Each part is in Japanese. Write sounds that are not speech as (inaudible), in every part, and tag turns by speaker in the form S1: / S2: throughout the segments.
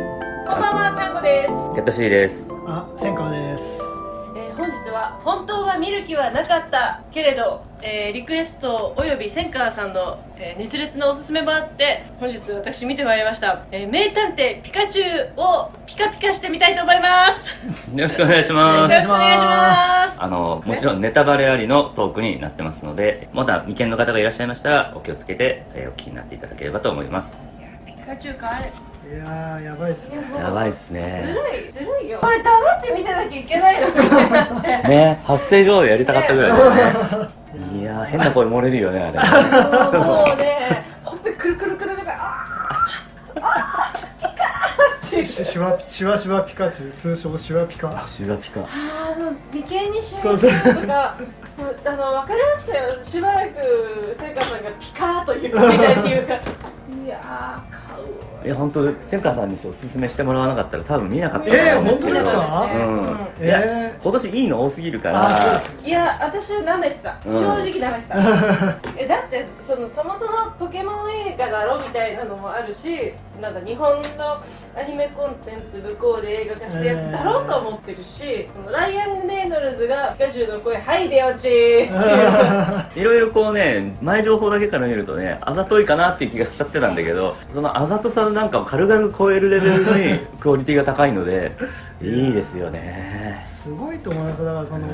S1: こんばんは、タンコです。
S2: ケットシーです。
S3: あ、千川です。
S1: えー本日は本当は見る気はなかったけれど、えーリクエストおよび千川さんの、えー熱烈なおすすめもあって本日私見てまいりました、えー名探偵ピカチュウをピカピカしてみたいと思いますよ
S2: よろしくお願いし
S1: ろ
S2: ま
S1: し
S2: す。
S1: くお願いします
S2: (laughs) あの、もちろんネタバレありのトークになってますので、まだ未見の方がいらっしゃいましたら、お気をつけて、えーお聞きになっていただければと思います。
S1: いやピカチュウかあれ
S3: いやー、やばいっすね。
S2: やばいっすね。
S1: (laughs) ずるいずるいよこれ黙って見てなきゃいけないのみたいになって
S2: ね、発声上やりたかったぐらいですね。いやー、変な声漏れるよね、あ
S1: もうねほっぺくるくるくるくるあ
S3: ししわ、しわしわピカチュウ、通称しわピカ
S2: れ。。シュガピカ。
S1: あの眉間にシワ
S3: そう
S1: が
S3: そう
S1: とかもうあの分かりましたよしばらく聖華さんがピカーと言っていた理由がいやー買うわ
S2: いや、本当、千川さんにおすすめしてもらわなかったら、多分見なかったと
S3: えー
S2: 思うんですけど。
S3: 本当ですか
S2: うん。い
S3: え
S2: や、
S3: ー
S2: 今年いいの多すぎるか
S3: あ
S2: ら
S3: ー。
S1: いや私は舐めてた、
S2: うん
S1: 正直舐めてたえだってそのそもそもポケモン映画だろみたいなのもあるしなんだ日本のアニメコンテンツ向こうで映画化したやつだろうと思ってるし、そのライアン・レイノルズがピカチュウの声「はい出落ち」っていう。
S2: いろいろこうね、前情報だけから見るとね、あざといかなっていう気がしちゃってたんだけど、そのあざとさなんかを軽々超えるレベルにクオリティが高いので、いいですよね。
S3: すごいと思います。だから、その、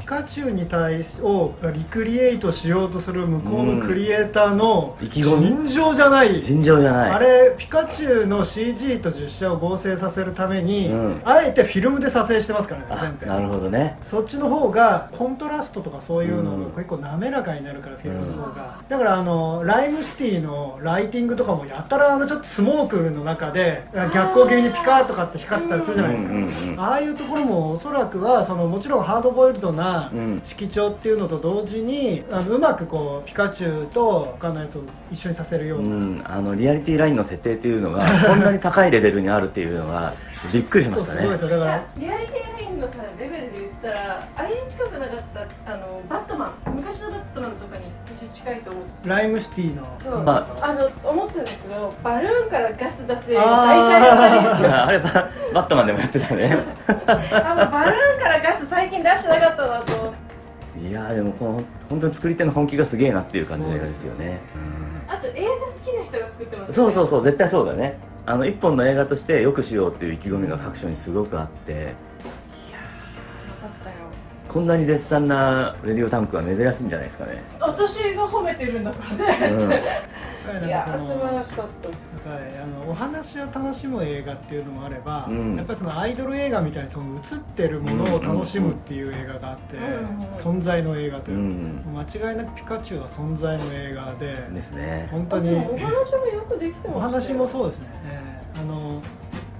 S3: ピカチュウに対し、をリクリエイトしようとする向こうのクリエイターの。
S2: うん意気込み
S3: 尋常じゃない。
S2: 尋常じゃない。
S3: あれピカチュウの CG と実写を合成させるために、
S2: うん
S3: あえてフィルムで撮影してますからね
S2: あ
S3: 全編
S2: なるほどね。
S3: そっちの方がコントラストとかそういうの
S2: うん
S3: が結構滑らかになるから、フィルムの方がだからあのライムシティのライティングとかもやたらあのちょっとスモークの中で逆光気味にピカーとかって光ってたりするじゃないですか、
S2: うんうんうん
S3: ああいうところもおそらくはそのもちろんハードボイルドな
S2: うん
S3: 色調っていうのと同時にあのうまくこうピカチュウと他のやつを一緒にさせるよ
S2: う
S3: うな、
S2: ん、あの、リアリティラインの設定っていうのが、こんなに高いレベルにあるっていうのは、びっくりしました
S3: すごいで
S2: ね
S3: す。よだ
S1: い
S3: か
S1: や
S3: ら
S1: リアリティラインのさレベルで言ったらあれに近くなかったあのバットマン昔のバットマンとかに私近いと思う
S3: ライムシティの
S1: そう、
S2: ま
S1: あ、の思ってたんですけどバルーンからガス出す大会だったんで
S3: あ
S1: す
S2: いやあれバ、バットマンでもやってたね。
S1: よあのバルーンからガス最近出してなかったなと思って
S2: いやーでもこの、本当に作り手の本気がすげえなっていう感じの映画ですよね。うん
S1: あと映画好きな人が作ってます
S2: そうそう
S1: う
S2: そう絶対そうだねあの一本の映画としてよくしようっていう意気込みが各所にすごくあって
S1: かったよ
S2: こんなに絶賛なレディオタンクは珍しいんじゃないですかね、
S1: 私が褒めてるんだから
S2: う
S1: ね、
S2: ん、
S1: いやー素晴らしかったで
S3: だ
S1: す
S3: からねあのお話を楽しむ映画っていうのもあれば、
S2: うん
S3: やっぱりそのアイドル映画みたいにその映ってるものを楽しむっていう映画があって、
S1: うんうんうん
S3: 存在の映画というう、
S2: ん
S3: 間違いなくピカチュウは存在の映画で、
S2: ですね
S3: 本当
S1: あで
S3: に
S1: もお話もよくできてましたよ
S3: お話もそうですね、えーあの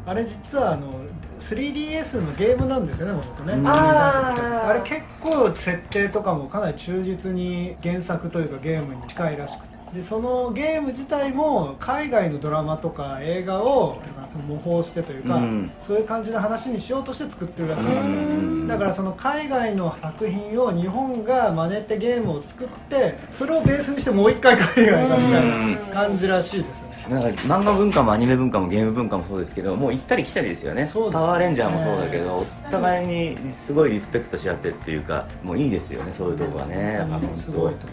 S3: あれ実はあの 3DS のゲームなんですよね、もとね
S2: うん
S1: あー
S3: あれ結構設定とかもかなり忠実に原作というかゲームに近いらしくてでそのゲーム自体も海外のドラマとか映画をなんかその模倣してというか、
S2: うん
S3: そういう感じの話にしようとして作ってるらしいん
S2: う
S3: ですよ、
S2: ん
S3: だからその海外の作品を日本が真似てゲームを作ってそれをベースにしてもう一回海外がみたいな感じらしいですね
S2: なんか漫画文化もアニメ文化もゲーム文化もそうですけどもう行ったり来たりですよね
S3: そうですね
S2: パワーレンジャーもそうだけどお互いにすごいリスペクトし合ってっていうかもういいですよねそういうとこはねやっぱ本当
S3: すごいと思い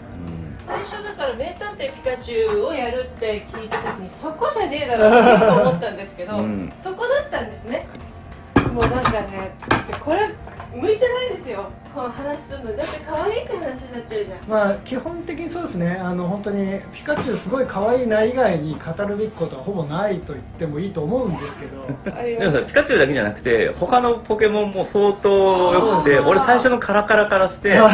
S3: ま
S2: うん
S1: 最初だから名探偵ピカチュウをやるって聞いた時にそこじゃねえだろうと思ったんですけど、
S2: うん
S1: そこだったんですねもうなんかねこれ向いてないですよこの話するのだって可愛いって話になっちゃうじゃん
S3: まあ基本的にそうですねあの本当にピカチュウすごい可愛いな以外に語るべきことはほぼないと言ってもいいと思うんですけ
S2: (laughs)
S3: ど
S1: あり
S2: でも
S1: ます
S2: さピカチュウだけじゃなくて他のポケモンも相当良くて
S1: そうそう
S2: 俺最初のカラカラからしておお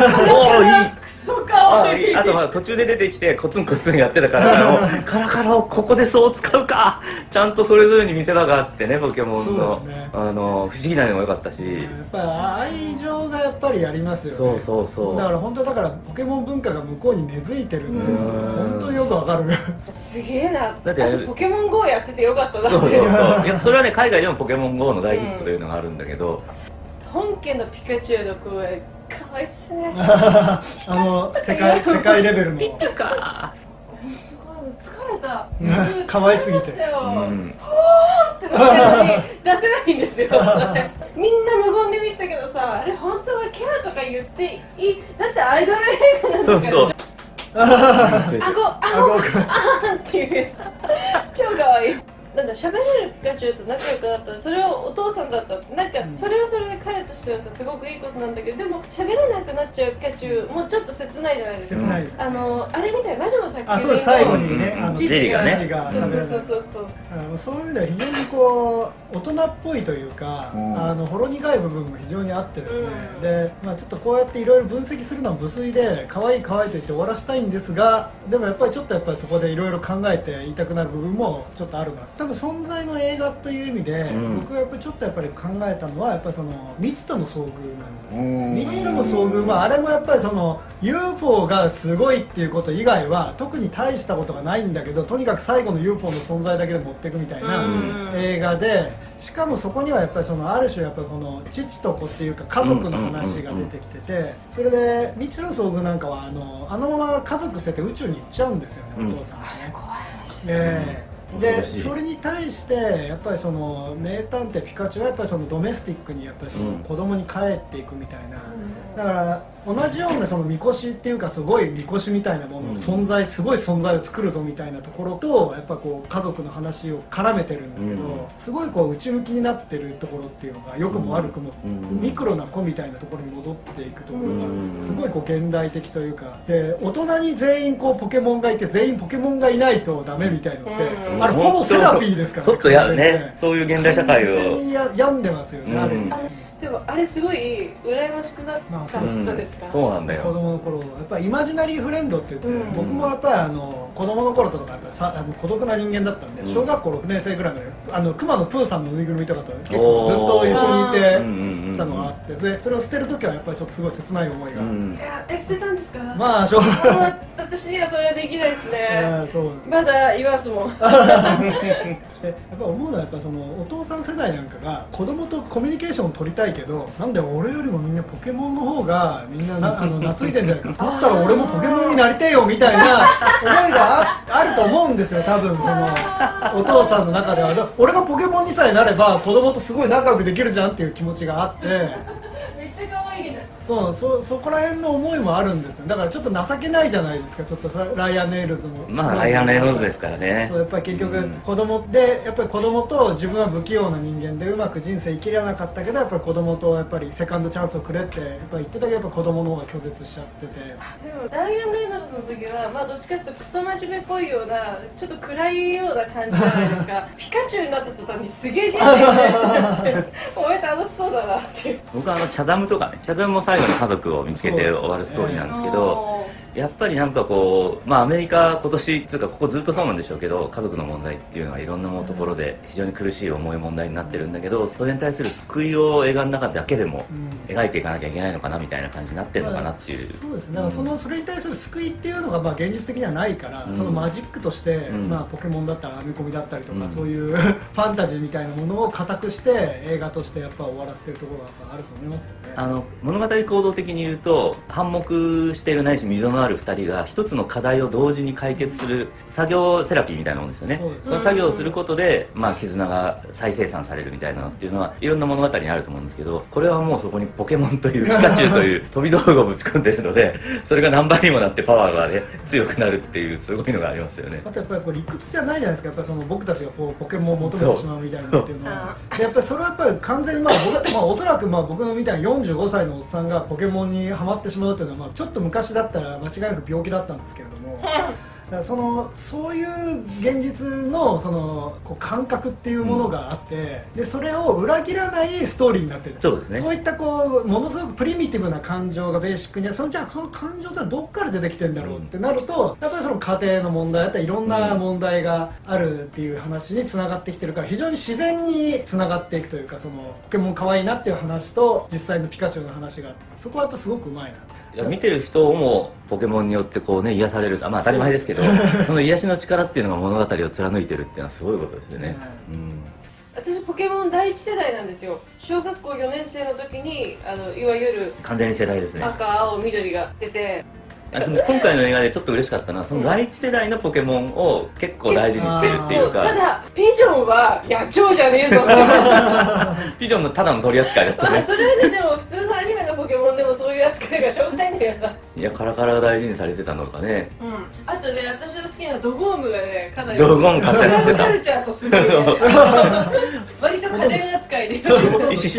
S2: いい
S1: クソ可
S2: あ
S1: 愛い
S2: あとは途中で出てきてコツンコツンやってたからあのカラカラをここでそう使うかちゃんとそれぞれに見せ場があってねポケモン
S3: そ
S2: の,、
S3: うですね
S2: あの不思議なのも良かったし
S3: やっぱ愛情がやっぱりありますよね
S2: そうそうそう
S3: だから本当だからポケモン文化が向こうに根付いてるんで
S2: うん
S3: 本当によくわかる
S1: すげえな
S2: だって
S1: あとポケモン GO やっててよかったな
S2: そうそう
S1: っ
S2: そうい
S1: て
S2: やそれはね海外でもポケモン GO の大ヒットというのがあるんだけど、
S1: 本家のピカチュウの声可愛いっす
S3: (laughs)
S1: ね
S3: あの世界世界レベル
S2: ピ
S3: も
S2: ッカ
S1: 疲れた
S3: うん可愛すぎて (laughs)
S1: 疲れましたよ
S2: ー、うん、
S1: ってなってるのに出せないん
S2: (laughs)
S1: ですよみんな無言で見てたけどさあれ本当はキャーとか言っていいだってアイドル映画なんだから
S2: そう
S1: 顎顎あーんっていう超可愛いなんだ喋れるピカチュウと仲良くなったらそれをお父さんだったってなんかそれはそれで彼としてはさすごくいいことなんだけどでも喋れなくなっちゃうピカチュウもうちょっと切ないじゃないです
S3: 切
S1: か
S3: ない、
S1: あのあれみたいに魔女の宅急便
S3: あそうです最後にね、
S2: うん
S3: あの
S1: ジリがね
S3: ジリが
S1: そう
S3: 喋ら
S1: そう
S3: ない
S1: そうそうそう
S3: あのそういう意味では非常にこう大人っぽいというか、
S2: うん
S3: あのほろ苦い部分も非常にあってですね、
S1: うん
S3: で、まあ、ちょっとこうやっていろいろ分析するのは無粋で可愛い可愛いと言って終わらせたいんですがでもやっぱりちょっとやっぱりそこでいろいろ考えて言いたくなる部分もちょっとあるな多分存在の映画という意味で、
S2: うん
S3: 僕がやっぱりちょっとやっぱり考えたのはやっぱりその未知との遭遇なんです
S2: う
S3: よ
S2: ん
S3: 未知との遭遇はあれもやっぱりその UFO がすごいっていうこと以外は特に大したことがないんだけどとにかく最後の UFO の存在だけで持っていくみたいな
S1: うん
S3: 映画でしかもそこにはやっぱりそのある種やっぱりこの父と子っていうか家族の話が出てきててそれで未知の遭遇なんかはあのあのまま家族捨てて宇宙に行っちゃうんですよねお父さんがね。
S1: 怖い話です
S3: ね
S2: うん恐
S3: で
S2: ろしい
S3: それに対してやっぱりその名探偵ピカチュウはやっぱりそのドメスティックにやっぱりその
S2: うん
S3: 子供に帰っていくみたいな、だから同じようなそのみこしっていうかすごいみこしみたいなもの
S2: うん
S3: の存在、すごい存在を作るぞみたいなところとやっぱこう家族の話を絡めてるんだけど、
S2: うん
S3: すごいこう内向きになってるところっていうのが良くも悪くも、
S2: うん
S3: ミクロな子みたいなところに戻っていくところ
S2: うん
S3: がすごいこう現代的というかで大人に全員こうポケモンがいて全員ポケモンがいないとダメみたいのって、
S1: うん
S3: あれほぼセラピーですから
S2: ちょっとやねそういう現代社会
S3: 完
S2: を
S3: 全にや病んでますよね、
S2: うん
S3: ある意味
S1: あれでもあれすごい羨ましくなかったですか、
S2: うんそうなんだ
S3: 子
S2: よ
S3: 供の頃やっぱりイマジナリーフレンドって言って、
S1: うん
S3: 僕もやっぱりあの子供の頃とかやっぱりさあの孤独な人間だったんで、
S2: うん
S3: 小学校6年生ぐらいまであの熊のプーさんのぬいぐるみとかと結構ずっと一緒にい
S2: うん
S3: て
S2: うんうん
S3: たのがあってでそれを捨てる時はやっぱりちょっとすごい切ない思いが、
S2: うん
S1: いやえ捨てたんですか、あ
S3: まあしょうがない
S1: ー私にはそれはできないですね
S3: あーそう
S1: まだいますもん
S3: でやっぱ思うのはやっぱそのお父さん世代なんかが子供とコミュニケーションを取りたいけどなんで俺よりもみんなポケモンの方がみ
S1: (laughs)
S3: んななあの懐いてんじゃないかだったら俺もポケモンになりてえよみたいな思いがああると思うんですよ多分そのお父さんの中ではだ俺がポケモンにさえなれば子供とすごい仲良くできるじゃんっていう気持ちがあって
S1: めっちゃ可愛いな
S3: そうそそこら辺の思いもあるんですよだからちょっと情けないじゃないですかちょっとさライアン・ネイルズも
S2: まあライアン・レノルズですからね
S3: そうやっぱり結
S2: う
S3: 局
S2: ん
S3: 子供でやっぱり子供と自分は不器用な人間でうまく人生生きれなかったけどやっぱり子供とやっぱりセカンドチャンスをくれってやっぱ言ってたけどやっぱ子供の方が拒絶しちゃってて
S1: でもダイアン・レイノルズの時は、まあ、どっちかっていうとクソ真面目っぽいようなちょっと暗いような感じじゃないですかピカチュウになった途端にすげえ人生してるってお前楽しそうだなって
S2: (laughs)
S1: いう
S2: 僕はあのシャダムとかねシャダムも最後に家族を見つけて終わるストーリーなんですけど
S1: も
S2: やっぱりなんかこうまあアメリカ今年つうかここずっとそうなんでしょうけど家族の問題っていうのはいろんなもうところで非常に苦しい重い問題になってるんだけどそれに対する救いを映画の中だけでも
S3: うん
S2: 描いていかなきゃいけないのかなみたいな感じになってるのかなっていう
S3: そうですねだからそのそれに対する救いっていうのがまあ現実的にはないから、
S2: うん
S3: そのマジックとして、
S2: うん
S3: まあ、ポケモンだったら編み込みだったりとか、
S2: うん
S3: そういうファンタジーみたいなものを固くして映画としてやっぱ終わらせてるところがやっぱあると思いますよね
S2: あの物語行動的に言うと反目しているないし溝のある2人が一つの課題を同時に解決する作業セラピーみたいなもんですよね
S3: そうです
S2: その作業をすることで、まあ、絆が再生産されるみたいなのっていうのはいろんな物語にあると思うんですけどこれはもうそこにポケモンというピカチュウと
S3: (laughs)
S2: いう飛び道具をぶち込んでるのでそれが何倍にもなってパワーがね強くなるっていうすごいのがありますよね
S3: あとやっぱりこう理屈じゃないじゃないですかやっぱりその僕たちがこうポケモンを求めてしまうみたいなのっていうのはでやっぱりそれはやっぱり完全に、まあ僕まあ、おそらくまあ僕のみたいな45歳のおっさんがポケモンにはまってしまうというのは、まあ、ちょっと昔だったら間違いなく病気だったんですけれど
S2: (laughs)
S3: も。だからそのそういう現実のそのこう感覚っていうものがあって、でそれを裏切らないストーリーになってる
S2: そうですね
S3: そういったこうものすごくプリミティブな感情がベーシックにあそのじゃあその感情ってのはどっから出てきてんだろうってなると、やっぱりその家庭の問題だったりいろんな問題があるっていう話につながってきてるから非常に自然につながっていくというかそのポケモン可愛いなっていう話と実際のピカチュウの話があってそこはやっぱすごくうまいな。
S2: いや見てる人もポケモンによってこうね癒されるまあ当たり前です
S3: (laughs)
S2: けどその癒しの力っていうのが物語を貫いてるっていうのはすごいことですよね、うん
S1: 私ポケモン第一世代なんですよ小学校4年生の時にあのいわゆる
S2: 完全に世代ですね
S1: 赤青緑が出て
S2: あでも今回の映画でちょっと嬉しかったのはその第一世代のポケモンを結構大事にしてるっていう
S4: た
S2: か
S4: だピジョンは野鳥じゃねえ
S2: (laughs)
S4: ぞって
S2: ピジョンのただの取り扱いだった
S4: まあ
S3: (laughs)
S2: ね
S4: それはねでも普通のアニメのポケモンでもそういう扱いがしょうがないんだけどさ
S2: いやカラカラが大事にされてたのかね
S4: うんあとね私の好きなドゴームがねかなり
S2: ドゴン活躍して
S3: (laughs)
S4: カ
S2: た
S4: ルチャーとすごいね割と家電扱
S2: (laughs)
S4: いで
S3: スピ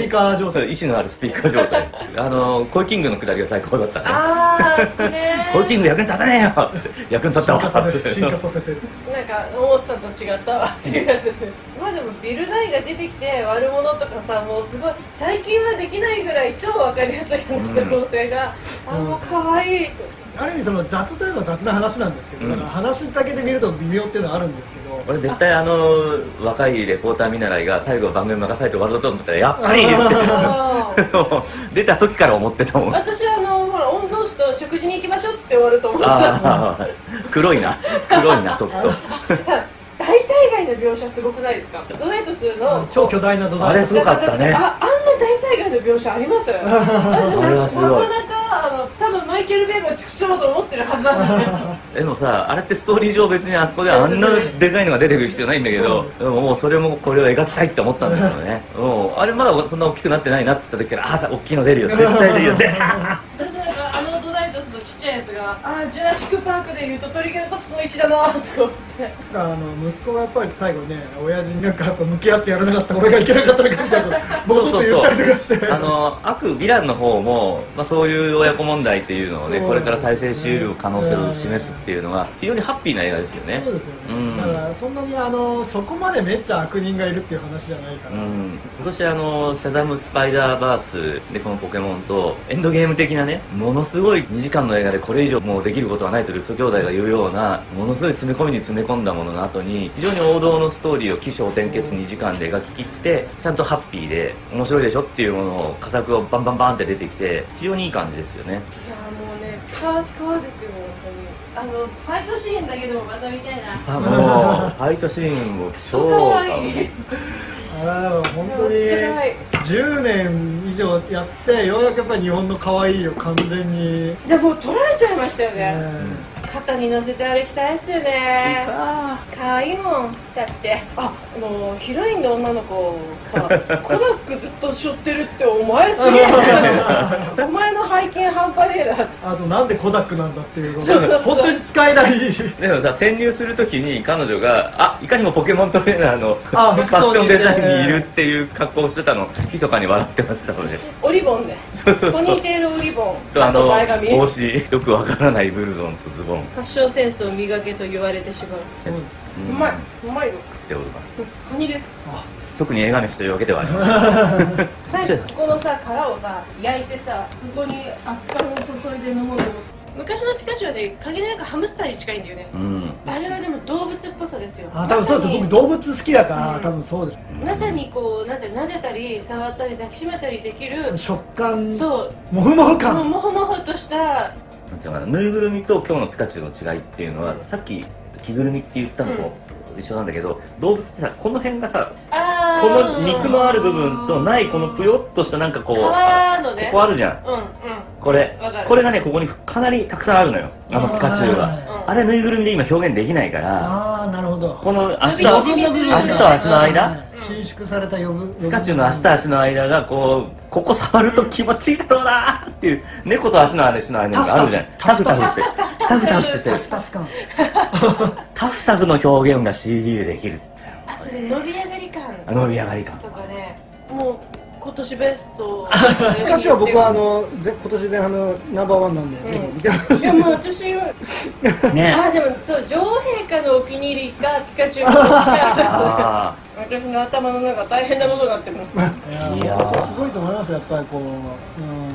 S3: ーカー状態
S2: 意志のあるスピーカー状
S3: (laughs)
S2: 態あのコイキングのくだりが最高だったね
S4: ああ好きね
S2: コイキング役に立たねえよって役に立った
S3: 進化さ
S2: わ
S3: せてる進化させてる
S4: なんか思ってたのと違ったわっていうやつまあでもビルナイが出てきて悪者とかさもうすごい最近はできないぐらい超わかりやすい話の構成が、
S3: うん
S4: あもう可愛い、
S3: ある意味その雑といえば雑な話なんですけど、
S2: うん
S3: だから話だけで見ると微妙っていうのはあるんですけど
S2: 俺絶対あの若いレポーター見習いが最後番組任されて終わると思ったらやっぱりって
S4: あ
S2: (laughs)
S4: ー
S2: 出た時から思ってたもんあ
S4: 私はあのほら御曹司と食事に行きましょうっつって終わると思ってさ
S2: あ黒いな黒いなちょっと
S4: (laughs) 大災害の描写すごくないですかドナイトスの
S3: 超巨大な土台
S2: あれすごかったね
S4: ああんな大災害の描写ありま
S2: (laughs)
S4: す私
S2: あれはすごい
S4: なかなかあの多分マイケル・ベイも畜生と思ってるはずなんですよ
S2: (laughs) でもさあれってストーリー上別にあそこであんなでかいのが出てくる必要ないんだけどでももうそれもこれを描きたいって思ったんだけどねもうあれまだそんな大きくなってないなって言った時からああ大きいの出るよ絶対出るよで
S4: 私なんかあのドナイトスのちっちゃいやつが「あージュラシック・パークでいうとトリケラトプスの位置だな」とか思って
S3: あの息子がやっぱり最後ね親父になんかやっぱ向き合ってやらなかった俺がいけなかったのかみたいな
S1: (laughs)
S3: ことボソッと言ったりとかして
S2: あの悪ヴィランの方も、まあ、そういう親子問題っていうのをね
S3: そう
S2: これから再生し得る可能性を示すっていうのは非常にハッピーな映画ですよね
S3: そうですよね、
S2: うん
S3: だからそんなにあのそこまでめっちゃ悪人がいるっていう話じゃないか
S2: うん、
S3: ら、
S2: 今年あの「シャザム・スパイダーバース」でこの「ポケモン」とエンドゲーム的なねものすごい2時間の映画でこれ以上もうできることはないとルッソ兄弟が言うようなものすごい詰め込みに詰め込んだものの後に非常に王道のストーリーを起承転結2時間で描き切ってちゃんとハッピーで面白いでしょっていうものを佳作をバンバンバンって出てきて非常にいい感じですよね
S4: いやーもうねピカピカですよ本当にあのファイトシーンだけでもまた見たいな
S2: あもうファイトシーンも超
S4: (laughs) 可
S2: か
S4: 愛いい
S3: ああ本当に
S4: 可愛い
S3: 10年以上やってようやくやっぱり日本の可愛いを完全に、
S4: でもう取られちゃいましたよね
S3: ね
S4: 肩に乗せて歩きたいっすよね可愛いもんだってああのヒロインの女の子さコナックずっと背負ってるってお前す (laughs) げえお前の背筋半端ねえな
S3: あとなんでコダックなんだっていうこ
S4: そう
S3: と本当に使えない
S2: でもさ潜入するときに彼女があいかにもポケモントレーナーのフ
S3: あ
S2: ァ
S3: 服装
S2: ッション
S3: にね
S2: デザインにいるっていう格好をしてたの密かに笑ってましたので
S4: オリボンね
S2: そうそうそ
S4: ポ
S2: う
S4: ニーテールオリボン
S2: とあ
S4: あ
S2: の
S4: と前髪フ
S2: 帽
S4: ァ
S2: 子よくわからないブルゾンとズボン
S4: ッションセンスを磨けと言われてしまう
S3: そうです
S2: う
S4: うんまいうまいよ
S2: 食っておるわ
S4: カニです
S2: 特に映画飯というわけではありま
S4: 最初ここのさ殻をさ焼いてさそこに熱燗を注いで飲もうと思って昔のピカチュウで限りなくハムスターに近いんだよね
S2: せん、うん、
S4: あれはでも動物っぽさですよ
S1: あ多分そうです
S4: まさに
S1: 僕動物好きだから、
S4: うん
S1: 多分そうです
S4: まさにこうなんていうの撫でたり触ったり抱きしめたりできる
S1: 食感
S4: そう
S1: もふもふ
S4: もう
S1: 感
S4: もほもほとした
S2: なんていうのかなぬいぐるみと今日のピカチュウの違いっていうのはさっき着ぐるみって言ったのと一緒なんだけど動物ってさこの辺がさ
S4: あー
S2: この肉のある部分とないこのぷよっとしたなんかこう
S4: 皮のね
S2: ここあるじゃん
S4: うんうん
S2: これ
S4: わかる
S2: これがねここにかなりたくさんあるのよあのピカチ
S1: はい
S2: ュウ
S1: はい
S2: は
S1: は
S4: うん
S2: あれぬいぐるみで今表現できないから
S1: ああなるほど
S2: この足
S4: あ
S2: と
S4: 指縮す
S2: (laughs)
S4: る
S2: 足と足の間
S1: はい伸縮された呼ぶ
S2: ピカチュウの足と足の間がこうここ触ると気持ちいいだろうなーっていう猫と足の足の間があるじゃんタ
S1: タフ
S2: フ
S1: タ
S2: タフ
S1: フ
S2: してタフタフして
S1: タ
S2: る
S1: フタフ感
S2: タフタフの表現が CG でできるって
S4: あとね伸び上がり感
S2: あの盛り上がり感
S4: とかねもう今年ベスト
S1: ピカチュウは僕はあのぜ今年前半のナンバーワンなんで、
S4: うん
S1: 見てます
S4: いやもう私は
S2: ね
S4: あでもそう女王陛下のお気に入りがピカチュウのお気に入り
S1: (laughs)
S4: だ
S2: あ
S4: 私の頭の中大変なことになってます
S1: い
S2: あい
S1: や
S2: や
S3: すごいと思いますやっぱりこううん本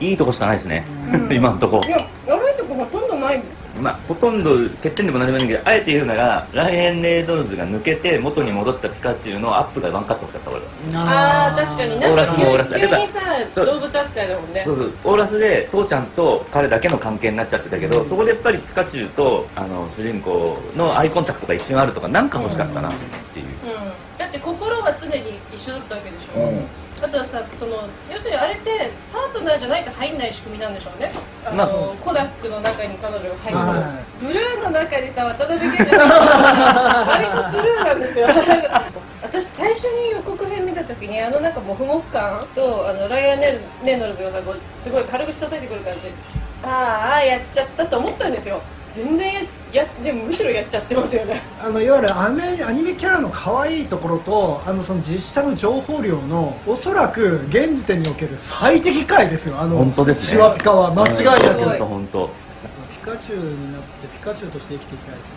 S2: ーいいとこしかないですね
S4: う
S2: (laughs)
S4: ん
S2: 今のとこ
S4: いや悪いとこほとんどない
S2: まあ、ほとんど欠点でも何でもないんだけどあえて言うなら来年レイドルズが抜けて元に戻ったピカチュウのアップがワンカットだった俺は
S1: 当
S4: あー確かになん
S2: オーラスもオーラス
S4: か
S2: だ
S4: 急
S2: けど
S4: 急にさ
S2: そう
S4: 動物扱いだもんね
S2: そうそうオーラスで父ちゃんと彼だけの関係になっちゃってたけど、そこでやっぱりピカチュウとあの主人公のアイコンタクトが一瞬あるとかなんか欲しかったなっていう、
S4: うんだって心は常
S1: でに一緒だったわけでしょ、
S2: うん
S1: あとはさその要するにあれってパートナーじゃないと入んない仕組みなんでしょうねあの、
S2: まあそう
S1: コダックの中に彼女が入る、
S3: は
S1: ブルーの中にさ渡辺謙が割とスルーなんですよ私最初に予告編見た時にあのなんかモフモフ感とあのライアン・レノルズがさこうすごい軽口叩いてくる感じあーあーやっちゃったと思ったんですよ全然ややでもむしろやっちゃってますよね
S3: あのいわゆるアメアニメキャラの可愛いところとあのその実写の情報量のおそらく現時点における最適解ですよあの
S2: 本当ですね
S3: シュワピカは間違いな
S1: すごい
S3: く
S2: 本当本当
S3: ピカチュウになってピカチュウとして生きていきたいですね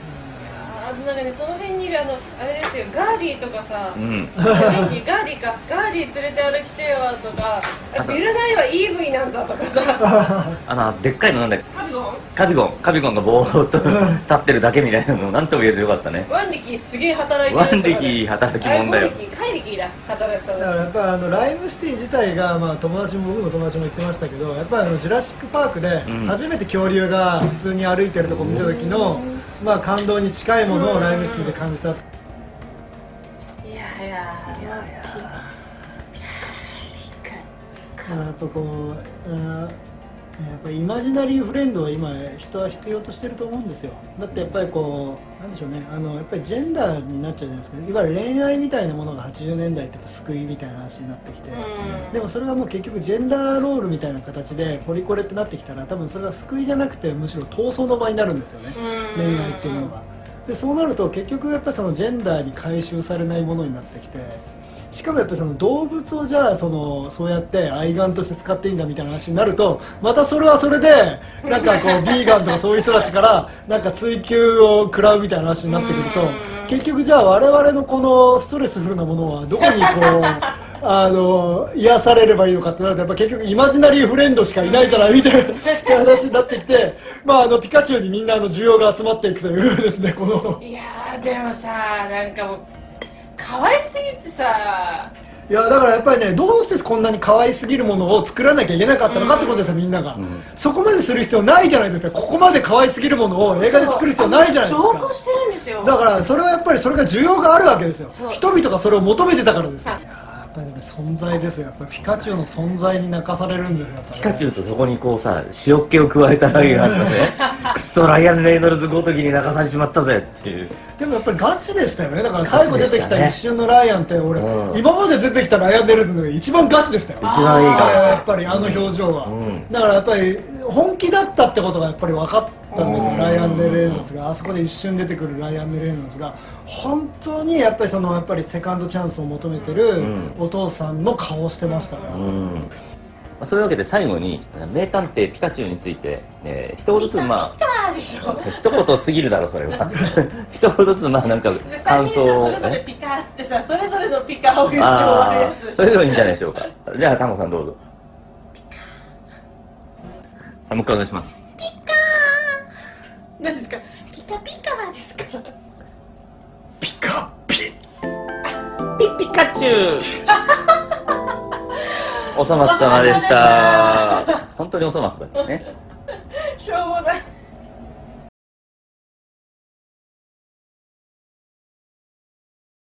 S1: あーなんかねその辺にいるあのあれですよガーディとか
S2: (laughs)
S1: さ、
S2: うん
S1: ガーディガーディかガーディ連れて歩きてよとかあビルナイは EV なんだとかさ
S2: あのでっかいのなんだっけ
S1: カビゴン
S2: カビゴンカビゴンがぼーっと立ってるだけみたいなのも何とも言えずよかったね
S1: ワンリキすげえ働いて
S2: ワン
S1: るとかね
S2: 力働き者だよ
S1: あれワンリキカイリキだ働いてた
S3: だか
S1: の
S3: らやっぱあのライムシティ自体が、まあ、友達も僕の友達も言ってましたけどやっぱりあのジュラシック・パークで
S2: うん
S3: 初めて恐竜が普通に歩いてるとこ見た時の、まあ、感動に近いものをライムシティで感じた
S1: いやいやいやいや
S3: だからやっぱこう、うんやっぱイマジナリーフレンドは今人は必要としてると思うんですよだってやっぱりこうなんでしょうねあのやっぱりジェンダーになっちゃうじゃないですかいわゆる恋愛みたいなものが80年代ってやっぱ救いみたいな話になってきて、でもそれがもう結局ジェンダーロールみたいな形でポリコレってなってきたら多分それが救いじゃなくてむしろ闘争の場になるんですよね恋愛っていうのはでそうなると結局やっぱそのジェンダーに回収されないものになってきてしかもやっぱその動物をじゃあそのそうやって愛玩として使っていいんだみたいな話になるとまたそれはそれでなんか (laughs) こうビーガンとかそういう人たちからなんか追求を食らうみたいな話になってくると結局じゃあ我々のこのストレスフルなものはどこにこう。あの癒されればいいのかってなるとやっぱ結局イマジナリーフレンドしかいないからみたい
S1: (laughs)
S3: な話になってきて、まあ、あのピカチュウにみんなあの需要が集まっていくというですねこの
S1: いやーでもさなんかもう可愛すぎてさ
S3: いやだからやっぱりねどうしてこんなに可愛すぎるものを作らなきゃいけなかったのかってことですよみんなが、そこまでする必要ないじゃないですかここまで可愛すぎるものを映画で作る必要ないじゃないです
S1: 同行
S3: か
S1: してるんですよ
S3: だからそれはやっぱりそれが需要があるわけですよ
S1: そう
S3: 人々がそれを求めてたからですよ
S1: はい
S3: いやーやっぱりね存在ですよやっぱりピカチュウの存在に泣かされるんですよやっぱり
S2: ピカチュウとそこにこうさ塩っ気を加えたラインがあ
S1: (laughs)
S2: ったねくっそライアン・レイノルズごときに泣かされちまったぜっていう
S3: でもやっぱりガチでしたよねだから最後出て
S2: ガ
S3: き
S2: チでした
S3: た
S2: ね
S3: 一瞬のライアンって俺、
S2: うん
S3: 今まで出てきたライアン・デルズの中で一番ガチでしたよ
S2: 一番いい
S3: あれはや
S2: か
S3: っぱりあの表情は、
S2: うん
S3: だからやっぱり本気だったってことがやっぱり分かったんですよ、
S2: うん
S3: ライアン・デ・レイノルズがあそこで一瞬出てくるライアン・デ・レイノルズが本当にやっぱりそのやっぱりセカンドチャンスを求めてる
S2: ん
S3: お父さんの顔をしてましたから、
S2: らうんまあそういうわけで最後に名探偵ピカチュウについて、えー、一言ずつまあ
S1: あーでしょ
S2: 一言すぎるだろそ
S1: (laughs)
S2: れは一言ずつまあなんか
S1: で三
S2: 感
S1: 人
S2: 想
S1: さ
S2: を
S1: それぞれピカってさそれぞれのピカを言って終わる
S2: あ
S1: や
S2: あ
S1: つ
S2: それでもいいんじゃないでしょうかじゃあタモさんどうぞはいもう一回お願いします
S1: 何ですかピカピカですか
S2: ピカピピピカチュウおさまつさまでした本当におさまつだからね
S1: しょうもない